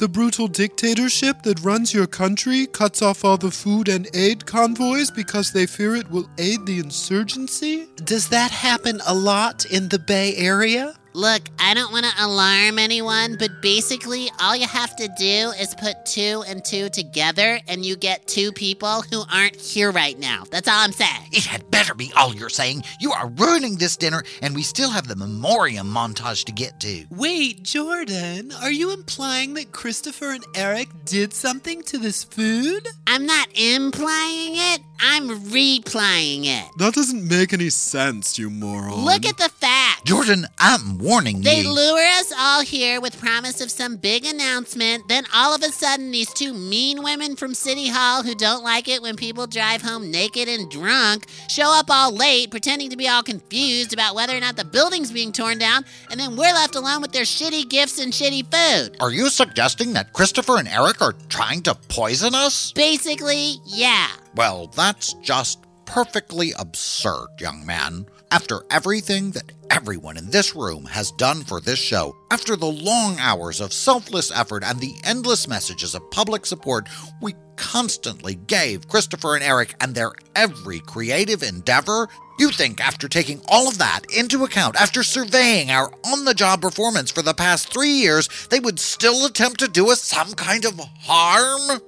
[SPEAKER 13] the brutal dictatorship that runs your country cuts off all the food and aid convoys because they fear it will aid the insurgency?
[SPEAKER 25] Does that happen a lot in the Bay Area?
[SPEAKER 24] Look, I don't want to alarm anyone, but basically, all you have to do is put two and two together, and you get two people who aren't here right now. That's all I'm saying.
[SPEAKER 2] It had better be all you're saying. You are ruining this dinner, and we still have the memoriam montage to get to.
[SPEAKER 25] Wait, Jordan, are you implying that Christopher and Eric did something to this food?
[SPEAKER 24] I'm not implying it. I'm replying it.
[SPEAKER 13] That doesn't make any sense, you moron.
[SPEAKER 24] Look at the facts.
[SPEAKER 2] Jordan, I'm warning
[SPEAKER 24] they
[SPEAKER 2] you.
[SPEAKER 24] They lure us all here with promise of some big announcement. Then all of a sudden, these two mean women from City Hall who don't like it when people drive home naked and drunk show up all late, pretending to be all confused about whether or not the building's being torn down, and then we're left alone with their shitty gifts and shitty food.
[SPEAKER 8] Are you suggesting that Christopher and Eric are trying to poison us?
[SPEAKER 24] Basically, yeah.
[SPEAKER 8] Well, that's just perfectly absurd, young man. After everything that everyone in this room has done for this show, after the long hours of selfless effort and the endless messages of public support we constantly gave Christopher and Eric and their every creative endeavor, you think after taking all of that into account, after surveying our on the job performance for the past three years, they would still attempt to do us some kind of harm?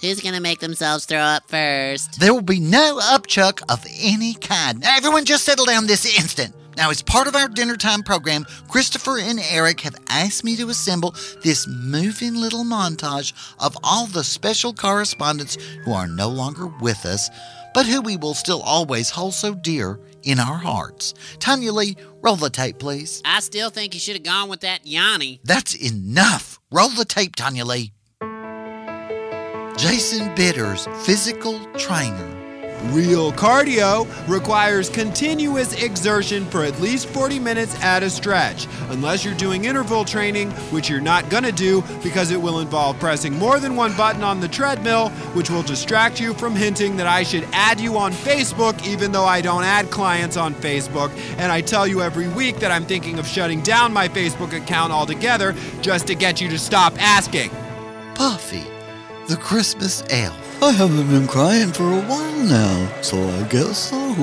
[SPEAKER 24] Who's gonna make themselves throw up first?
[SPEAKER 2] There will be no upchuck of any kind. Now, everyone just settle down this instant. Now, as part of our dinner time program, Christopher and Eric have asked me to assemble this moving little montage of all the special correspondents who are no longer with us, but who we will still always hold so dear in our hearts. Tanya Lee, roll the tape, please.
[SPEAKER 24] I still think you should have gone with that Yanni.
[SPEAKER 2] That's enough. Roll the tape, Tanya Lee. Jason Bitters, physical trainer.
[SPEAKER 1] Real cardio requires continuous exertion for at least 40 minutes at a stretch, unless you're doing interval training, which you're not gonna do because it will involve pressing more than one button on the treadmill, which will distract you from hinting that I should add you on Facebook, even though I don't add clients on Facebook. And I tell you every week that I'm thinking of shutting down my Facebook account altogether just to get you to stop asking.
[SPEAKER 2] Puffy the Christmas elf.
[SPEAKER 31] I haven't been crying for a while now, so I guess so.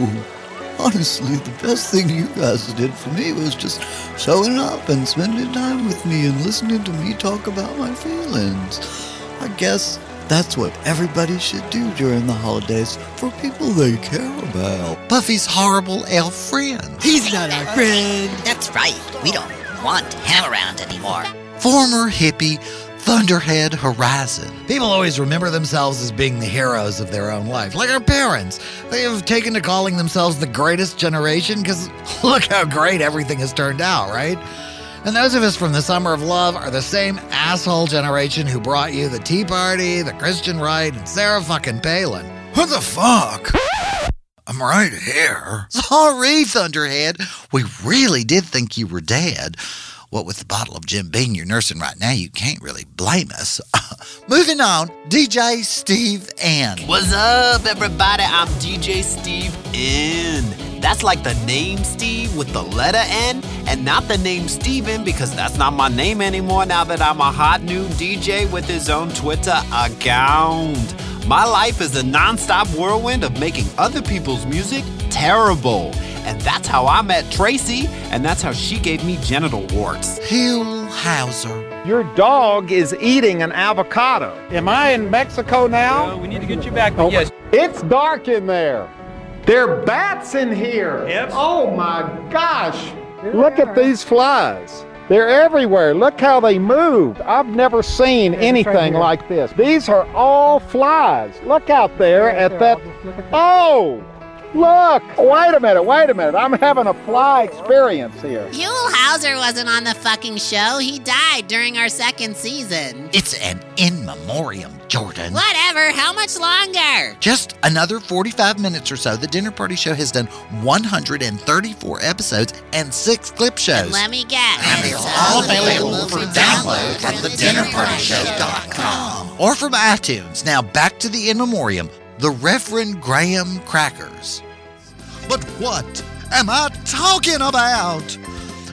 [SPEAKER 31] Honestly, the best thing you guys did for me was just showing up and spending time with me and listening to me talk about my feelings. I guess that's what everybody should do during the holidays for people they care about.
[SPEAKER 2] Buffy's horrible elf friend.
[SPEAKER 4] He's not our friend.
[SPEAKER 12] That's right. We don't want him around anymore.
[SPEAKER 2] Former hippie Thunderhead Horizon.
[SPEAKER 8] People always remember themselves as being the heroes of their own life, like our parents. They have taken to calling themselves the greatest generation because look how great everything has turned out, right? And those of us from the Summer of Love are the same asshole generation who brought you the Tea Party, the Christian Right, and Sarah fucking Palin.
[SPEAKER 31] Who the fuck? I'm right here.
[SPEAKER 2] Sorry, Thunderhead. We really did think you were dead. What with the bottle of Jim Beam you're nursing right now, you can't really blame us. Moving on, DJ Steve N.
[SPEAKER 32] What's up, everybody? I'm DJ Steve N. That's like the name Steve with the letter N, and not the name Steven because that's not my name anymore now that I'm a hot new DJ with his own Twitter account. My life is a non-stop whirlwind of making other people's music terrible. And that's how I met Tracy, and that's how she gave me genital warts.
[SPEAKER 2] Hill Hauser.
[SPEAKER 6] Your dog is eating an avocado. Am I in Mexico now?
[SPEAKER 7] Well, we need to get you back, but oh, yes.
[SPEAKER 6] It's dark in there. There are bats in here.
[SPEAKER 7] Yep.
[SPEAKER 6] Oh my gosh. Look at these flies. They're everywhere. Look how they move. I've never seen anything like this. These are all flies. Look out there at that. Oh, look. Wait a minute. Wait a minute. I'm having a fly experience here.
[SPEAKER 24] Huell Hauser wasn't on the fucking show. He died during our second season.
[SPEAKER 2] It's an in memoriam, Jordan.
[SPEAKER 24] Whatever. How much longer?
[SPEAKER 2] Just another 45 minutes or so. The Dinner Party Show has done 134 episodes and six clip shows.
[SPEAKER 24] And let me guess.
[SPEAKER 2] And they're all available for download from thedinnerpartyshow.com or from iTunes. Now back to the in memoriam the Reverend Graham Crackers. But what am I talking about?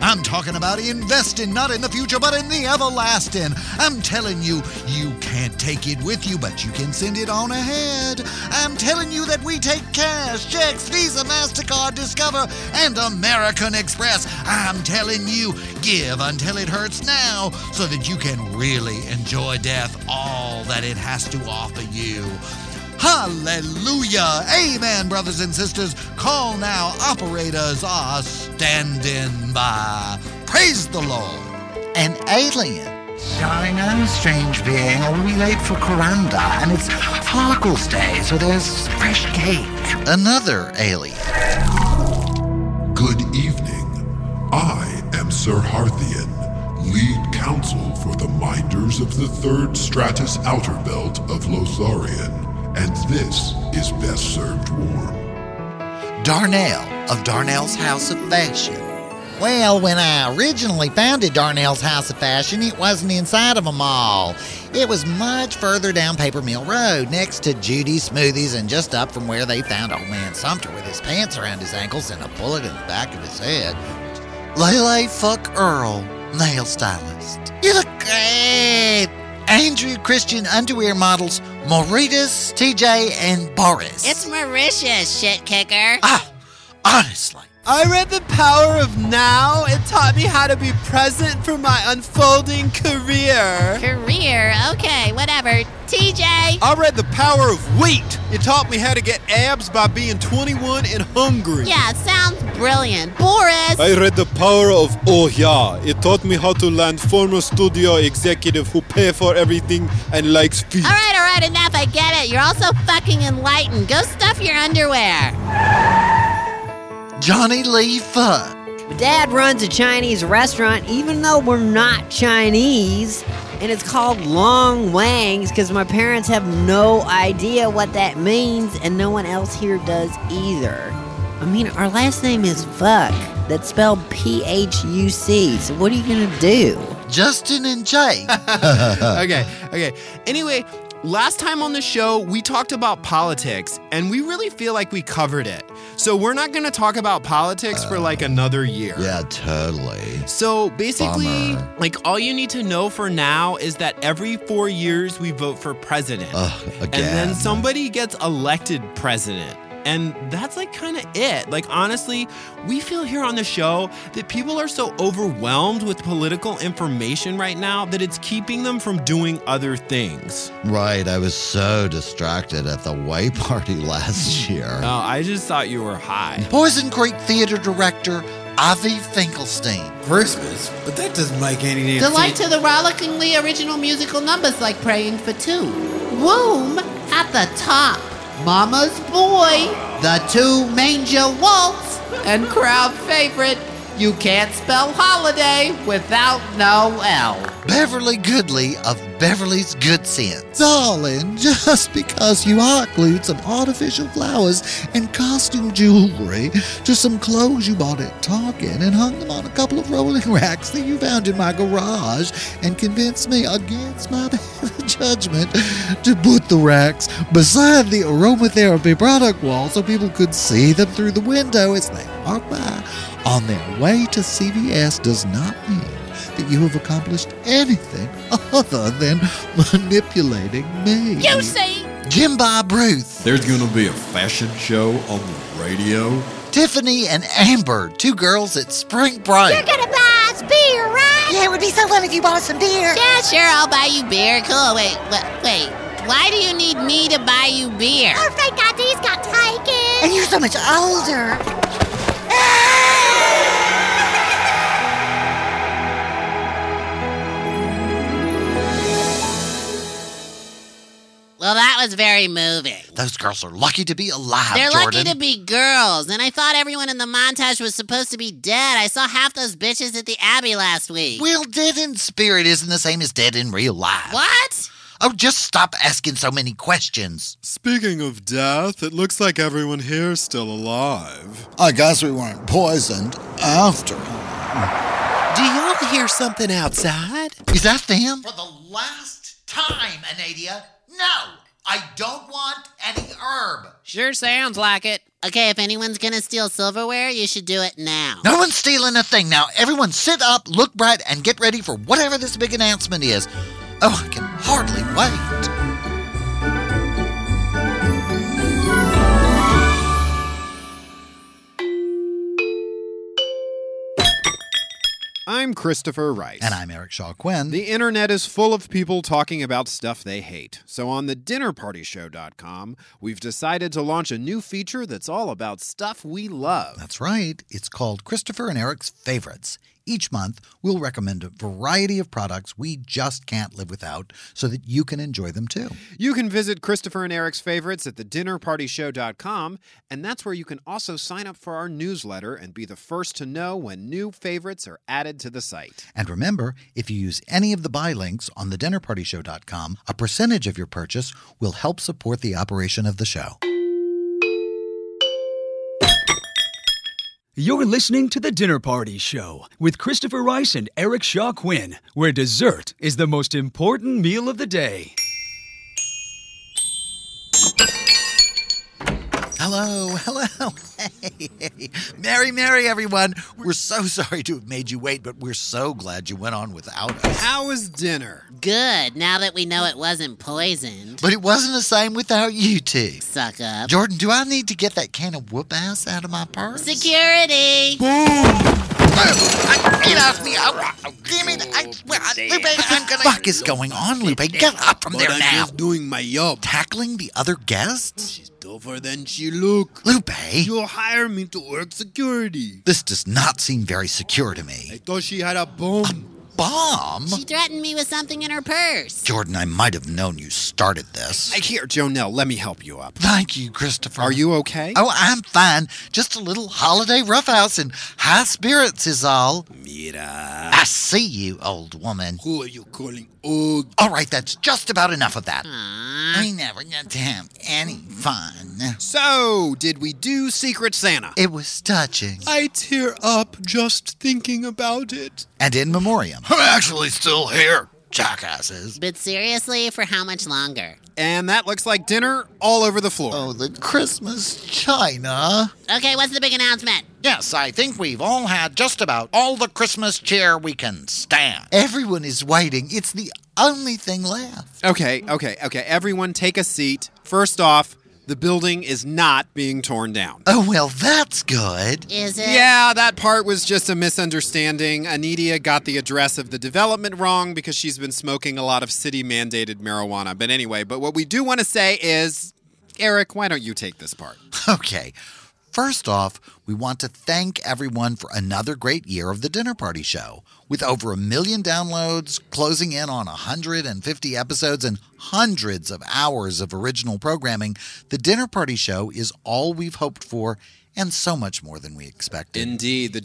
[SPEAKER 2] I'm talking about investing not in the future, but in the everlasting. I'm telling you, you can't take it with you, but you can send it on ahead. I'm telling you that we take cash, checks, Visa, MasterCard, Discover, and American Express. I'm telling you, give until it hurts now so that you can really enjoy death, all that it has to offer you. Hallelujah. Amen, brothers and sisters. Call now. Operators are standing by. Praise the Lord. An alien.
[SPEAKER 4] Darling, I'm a strange being. I will be late for Coranda, and it's Farkle's Day, so there's fresh cake.
[SPEAKER 2] Another alien.
[SPEAKER 33] Good evening. I am Sir Harthian, lead counsel for the Minders of the Third Stratus Outer Belt of Lotharian and this is best served warm.
[SPEAKER 2] Darnell of Darnell's House of Fashion.
[SPEAKER 16] Well, when I originally founded Darnell's House of Fashion, it wasn't inside of a mall. It was much further down Paper Mill Road, next to Judy's Smoothies, and just up from where they found old man Sumter with his pants around his ankles and a bullet in the back of his head.
[SPEAKER 2] Lele Fuck Earl, nail stylist.
[SPEAKER 16] You look great!
[SPEAKER 2] Andrew Christian underwear models Mauritius, TJ, and Boris.
[SPEAKER 24] It's Mauritius, shit kicker.
[SPEAKER 2] Ah, honestly.
[SPEAKER 17] I read The Power of Now. It taught me how to be present for my unfolding career.
[SPEAKER 24] Career? Okay, whatever. TJ!
[SPEAKER 1] I read The Power of Wheat. It taught me how to get abs by being 21 and hungry.
[SPEAKER 24] Yeah, sounds brilliant. Boris!
[SPEAKER 13] I read The Power of Oh Yeah. It taught me how to land former studio executive who pay for everything and likes feet.
[SPEAKER 24] All right, all right, enough. I get it. You're also fucking enlightened. Go stuff your underwear.
[SPEAKER 2] Johnny Lee Fuck.
[SPEAKER 7] Dad runs a Chinese restaurant, even though we're not Chinese, and it's called Long Wang's because my parents have no idea what that means, and no one else here does either. I mean, our last name is Fuck. That's spelled P H U C. So, what are you going to do?
[SPEAKER 2] Justin and Jake.
[SPEAKER 1] okay, okay. Anyway, Last time on the show, we talked about politics, and we really feel like we covered it. So we're not going to talk about politics uh, for like another year.
[SPEAKER 31] Yeah, totally.
[SPEAKER 1] So basically,
[SPEAKER 31] Bummer.
[SPEAKER 1] like all you need to know for now is that every four years we vote for president,
[SPEAKER 31] Ugh,
[SPEAKER 1] and then somebody gets elected president. And that's like kind of it. Like, honestly, we feel here on the show that people are so overwhelmed with political information right now that it's keeping them from doing other things.
[SPEAKER 31] Right. I was so distracted at the way party last year.
[SPEAKER 1] Oh, I just thought you were high.
[SPEAKER 2] Poison Creek Theater director Avi Finkelstein.
[SPEAKER 34] Christmas, but that doesn't make any sense.
[SPEAKER 35] Delight to the rollickingly original musical numbers like Praying for Two. Womb at the top. Mama's Boy, The Two Manger Waltz, and crowd favorite, You Can't Spell Holiday Without No L.
[SPEAKER 2] Beverly Goodley of Beverly's Good Sense.
[SPEAKER 31] Darling, just because you hot glued some artificial flowers and costume jewelry to some clothes you bought at Target and hung them on a couple of rolling racks that you found in my garage and convinced me against my better judgment to put the racks beside the aromatherapy product wall so people could see them through the window as they walked by on their way to CVS does not mean that you have accomplished anything other than manipulating me.
[SPEAKER 35] You see?
[SPEAKER 2] Jim Bob Ruth.
[SPEAKER 36] There's going to be a fashion show on the radio.
[SPEAKER 2] Tiffany and Amber, two girls at Spring Break.
[SPEAKER 35] You're going to buy us beer, right?
[SPEAKER 37] Yeah, it would be so fun if you bought us some beer.
[SPEAKER 24] Yeah, sure, I'll buy you beer. Cool. Wait, wait, wait. Why do you need me to buy you beer?
[SPEAKER 37] Oh,
[SPEAKER 35] Our fake IDs got taken.
[SPEAKER 37] And you're so much older.
[SPEAKER 24] was very moving.
[SPEAKER 2] Those girls are lucky to be alive.
[SPEAKER 24] They're
[SPEAKER 2] Jordan.
[SPEAKER 24] lucky to be girls. And I thought everyone in the montage was supposed to be dead. I saw half those bitches at the Abbey last week.
[SPEAKER 2] Well, dead in spirit isn't the same as dead in real life.
[SPEAKER 24] What?
[SPEAKER 2] Oh, just stop asking so many questions.
[SPEAKER 13] Speaking of death, it looks like everyone here's still alive.
[SPEAKER 31] I guess we weren't poisoned after
[SPEAKER 25] Do y'all hear something outside?
[SPEAKER 2] Is that them?
[SPEAKER 8] For the last time, Anadia, no! I don't want any herb.
[SPEAKER 24] Sure sounds like it. Okay, if anyone's gonna steal silverware, you should do it now.
[SPEAKER 2] No one's stealing a thing now. Everyone sit up, look bright, and get ready for whatever this big announcement is. Oh, I can hardly wait.
[SPEAKER 1] I'm Christopher Rice.
[SPEAKER 2] And I'm Eric Shaw Quinn.
[SPEAKER 1] The internet is full of people talking about stuff they hate. So on the dinnerpartyshow.com, we've decided to launch a new feature that's all about stuff we love.
[SPEAKER 2] That's right. It's called Christopher and Eric's Favorites. Each month, we'll recommend a variety of products we just can't live without so that you can enjoy them too.
[SPEAKER 1] You can visit Christopher and Eric's favorites at thedinnerpartyshow.com, and that's where you can also sign up for our newsletter and be the first to know when new favorites are added to the site.
[SPEAKER 2] And remember, if you use any of the buy links on thedinnerpartyshow.com, a percentage of your purchase will help support the operation of the show.
[SPEAKER 23] You're listening to The Dinner Party Show with Christopher Rice and Eric Shaw Quinn, where dessert is the most important meal of the day.
[SPEAKER 2] Hello, hello. Hey, hey. Merry, merry, everyone. We're so sorry to have made you wait, but we're so glad you went on without us.
[SPEAKER 1] How was dinner?
[SPEAKER 24] Good, now that we know it wasn't poisoned.
[SPEAKER 2] But it wasn't the same without you two.
[SPEAKER 24] Suck up.
[SPEAKER 2] Jordan, do I need to get that can of whoop ass out of my purse?
[SPEAKER 24] Security!
[SPEAKER 2] Boom!
[SPEAKER 8] Get off me! Oh, oh, damn it! I, well, I, Lupe, I'm gonna.
[SPEAKER 2] What the fuck is going on, Lupe? Get up from
[SPEAKER 34] but
[SPEAKER 2] there
[SPEAKER 34] I'm
[SPEAKER 2] now!
[SPEAKER 34] just doing my job.
[SPEAKER 2] Tackling the other guests?
[SPEAKER 34] She's tougher than she look.
[SPEAKER 2] Lupe,
[SPEAKER 34] You hire me to work security.
[SPEAKER 2] this does not seem very secure to me.
[SPEAKER 34] I thought she had a bomb.
[SPEAKER 2] Bomb?
[SPEAKER 24] She threatened me with something in her purse.
[SPEAKER 2] Jordan, I might have known you started this.
[SPEAKER 1] I hear Jonelle, let me help you up.
[SPEAKER 2] Thank you, Christopher.
[SPEAKER 1] Are you okay?
[SPEAKER 2] Oh, I'm fine. Just a little holiday roughhouse and high spirits is all.
[SPEAKER 34] Mira.
[SPEAKER 2] I see you, old woman.
[SPEAKER 34] Who are you calling old?
[SPEAKER 2] All right, that's just about enough of that.
[SPEAKER 24] Aww.
[SPEAKER 2] I never got to have any fun.
[SPEAKER 1] So, did we do Secret Santa?
[SPEAKER 2] It was touching.
[SPEAKER 34] I tear up just thinking about it.
[SPEAKER 2] And in memoriam.
[SPEAKER 34] I'm actually still here, jackasses.
[SPEAKER 24] But seriously, for how much longer?
[SPEAKER 1] And that looks like dinner all over the floor.
[SPEAKER 2] Oh, the Christmas china.
[SPEAKER 24] Okay, what's the big announcement?
[SPEAKER 8] Yes, I think we've all had just about all the Christmas cheer we can stand.
[SPEAKER 2] Everyone is waiting. It's the only thing left.
[SPEAKER 1] Okay, okay, okay. Everyone take a seat. First off, the building is not being torn down.
[SPEAKER 2] Oh, well, that's good.
[SPEAKER 24] Is it?
[SPEAKER 1] Yeah, that part was just a misunderstanding. Anidia got the address of the development wrong because she's been smoking a lot of city mandated marijuana. But anyway, but what we do want to say is Eric, why don't you take this part?
[SPEAKER 2] Okay. First off, we want to thank everyone for another great year of the Dinner Party Show. With over a million downloads, closing in on 150 episodes, and hundreds of hours of original programming, the Dinner Party Show is all we've hoped for and so much more than we expected.
[SPEAKER 1] Indeed, the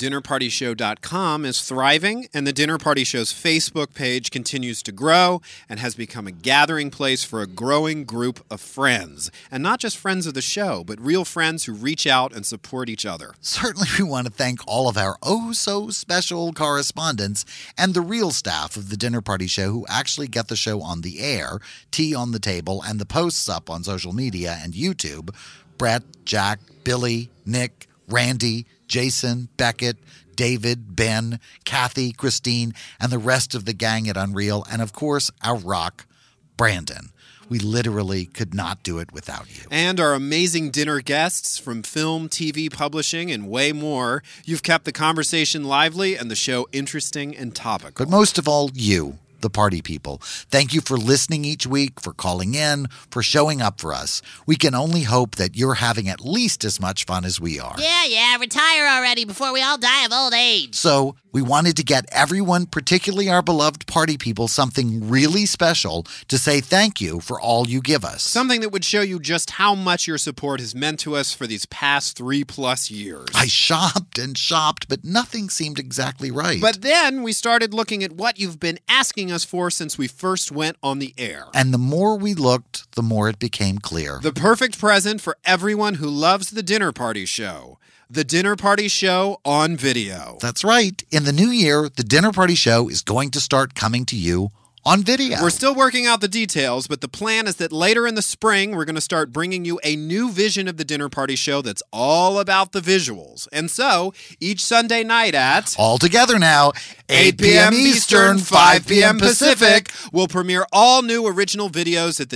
[SPEAKER 1] dinnerpartyshow.com is thriving and the Dinner Party Show's Facebook page continues to grow and has become a gathering place for a growing group of friends. And not just friends of the show, but real friends who reach out and support each other.
[SPEAKER 2] Certainly, we want to thank all of our oh so special correspondents and the real staff of the Dinner Party Show who actually get the show on the air, tea on the table, and the posts up on social media and YouTube. Brett, Jack, Billy, Nick, Randy, Jason, Beckett, David, Ben, Kathy, Christine, and the rest of the gang at Unreal, and of course, our rock, Brandon. We literally could not do it without you.
[SPEAKER 1] And our amazing dinner guests from film, TV, publishing, and way more. You've kept the conversation lively and the show interesting and topical.
[SPEAKER 2] But most of all, you, the party people. Thank you for listening each week, for calling in, for showing up for us. We can only hope that you're having at least as much fun as we are.
[SPEAKER 24] Yeah, yeah, retire already before we all die of old age.
[SPEAKER 2] So, we wanted to get everyone, particularly our beloved party people, something really special to say thank you for all you give us.
[SPEAKER 1] Something that would show you just how much your support has meant to us for these past three plus years.
[SPEAKER 2] I shopped and shopped, but nothing seemed exactly right.
[SPEAKER 1] But then we started looking at what you've been asking us for since we first went on the air.
[SPEAKER 2] And the more we looked, the more it became clear.
[SPEAKER 1] The perfect present for everyone who loves the dinner party show. The Dinner Party Show on video.
[SPEAKER 2] That's right. In the new year, The Dinner Party Show is going to start coming to you on video.
[SPEAKER 1] We're still working out the details, but the plan is that later in the spring, we're going to start bringing you a new vision of the dinner party show that's all about the visuals. And so, each Sunday night at
[SPEAKER 2] All Together Now, 8 p.m. Eastern, 5 p.m. Pacific,
[SPEAKER 1] we'll premiere all new original videos at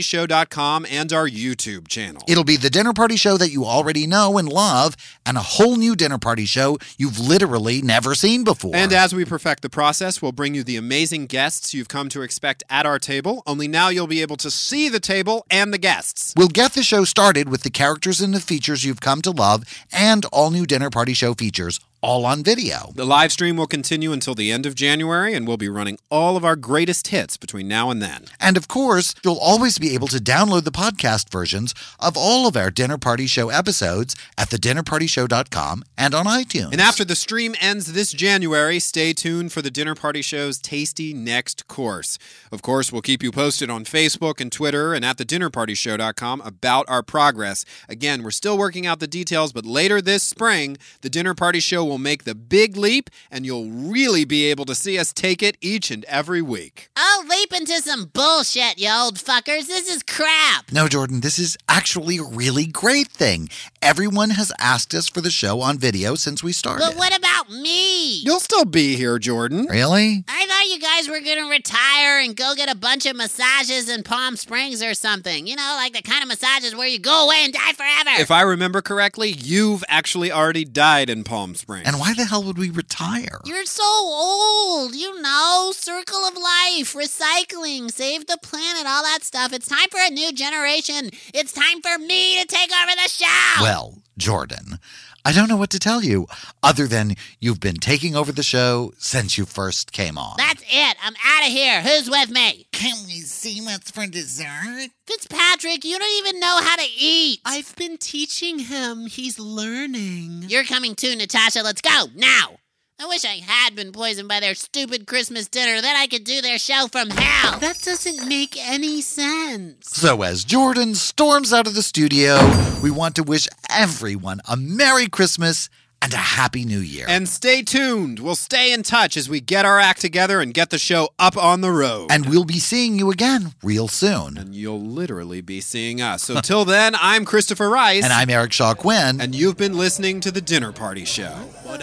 [SPEAKER 1] thedinnerpartyshow.com and our YouTube channel.
[SPEAKER 2] It'll be the dinner party show that you already know and love, and a whole new dinner party show you've literally never seen before.
[SPEAKER 1] And as we perfect the process, we'll bring you the amazing guests you've come to expect at our table, only now you'll be able to see the table and the guests.
[SPEAKER 2] We'll get the show started with the characters and the features you've come to love and all new Dinner Party Show features, all on video.
[SPEAKER 1] The live stream will continue until the end of January, and we'll be running all of our greatest hits between now and then.
[SPEAKER 2] And of course, you'll always be able to download the podcast versions of all of our Dinner Party Show episodes at thedinnerpartyshow.com and on iTunes.
[SPEAKER 1] And after the stream ends this January, stay tuned for the Dinner Party Show's tasty next course. Of course, we'll keep you posted on Facebook and Twitter and at thedinnerpartyshow.com about our progress. Again, we're still working out the details, but later this spring, the Dinner Party Show will make the big leap, and you'll really be able to see us take it each and every week.
[SPEAKER 24] I'll leap into some bullshit, you old fuckers. This is crap.
[SPEAKER 2] No, Jordan, this is actually a really great thing. Everyone has asked us for the show on video since we
[SPEAKER 1] Oh,
[SPEAKER 2] started.
[SPEAKER 24] But what about me?
[SPEAKER 1] You'll still be here, Jordan.
[SPEAKER 2] Really?
[SPEAKER 24] I thought you guys were going to retire and go get a bunch of massages in Palm Springs or something. You know, like the kind of massages where you go away and die forever.
[SPEAKER 1] If I remember correctly, you've actually already died in Palm Springs.
[SPEAKER 2] And why the hell would we retire?
[SPEAKER 24] You're so old, you know. Circle of life, recycling, save the planet, all that stuff. It's time for a new generation. It's time for me to take over the show.
[SPEAKER 2] Well, Jordan, I don't know what to tell you other than you've been taking over the show since you first came on.
[SPEAKER 24] That's it. I'm out of here. Who's with me?
[SPEAKER 19] Can we see what's for dessert?
[SPEAKER 24] Fitzpatrick, you don't even know how to eat.
[SPEAKER 25] I've been teaching him. He's learning.
[SPEAKER 24] You're coming too, Natasha. Let's go now. I wish I had been poisoned by their stupid Christmas dinner. Then I could do their show from hell.
[SPEAKER 25] That doesn't make any sense.
[SPEAKER 2] So, as Jordan storms out of the studio, we want to wish everyone a Merry Christmas and a Happy New Year.
[SPEAKER 1] And stay tuned. We'll stay in touch as we get our act together and get the show up on the road.
[SPEAKER 2] And we'll be seeing you again real soon.
[SPEAKER 1] And you'll literally be seeing us. So, till then, I'm Christopher Rice.
[SPEAKER 2] And I'm Eric Shaw Quinn.
[SPEAKER 1] And you've been listening to The Dinner Party Show.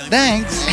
[SPEAKER 2] Thanks.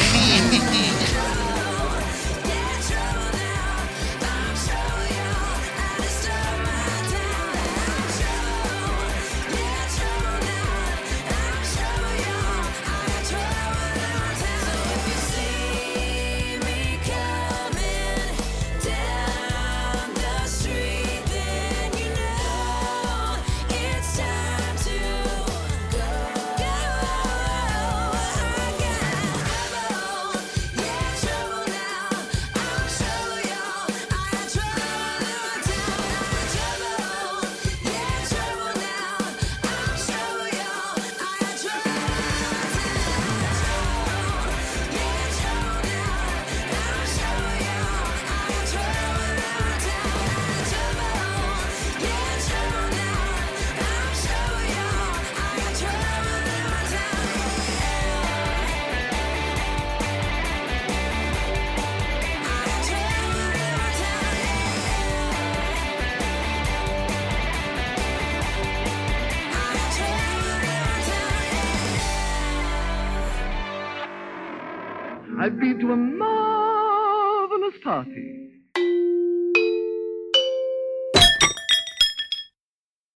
[SPEAKER 22] I've been to a marvelous party.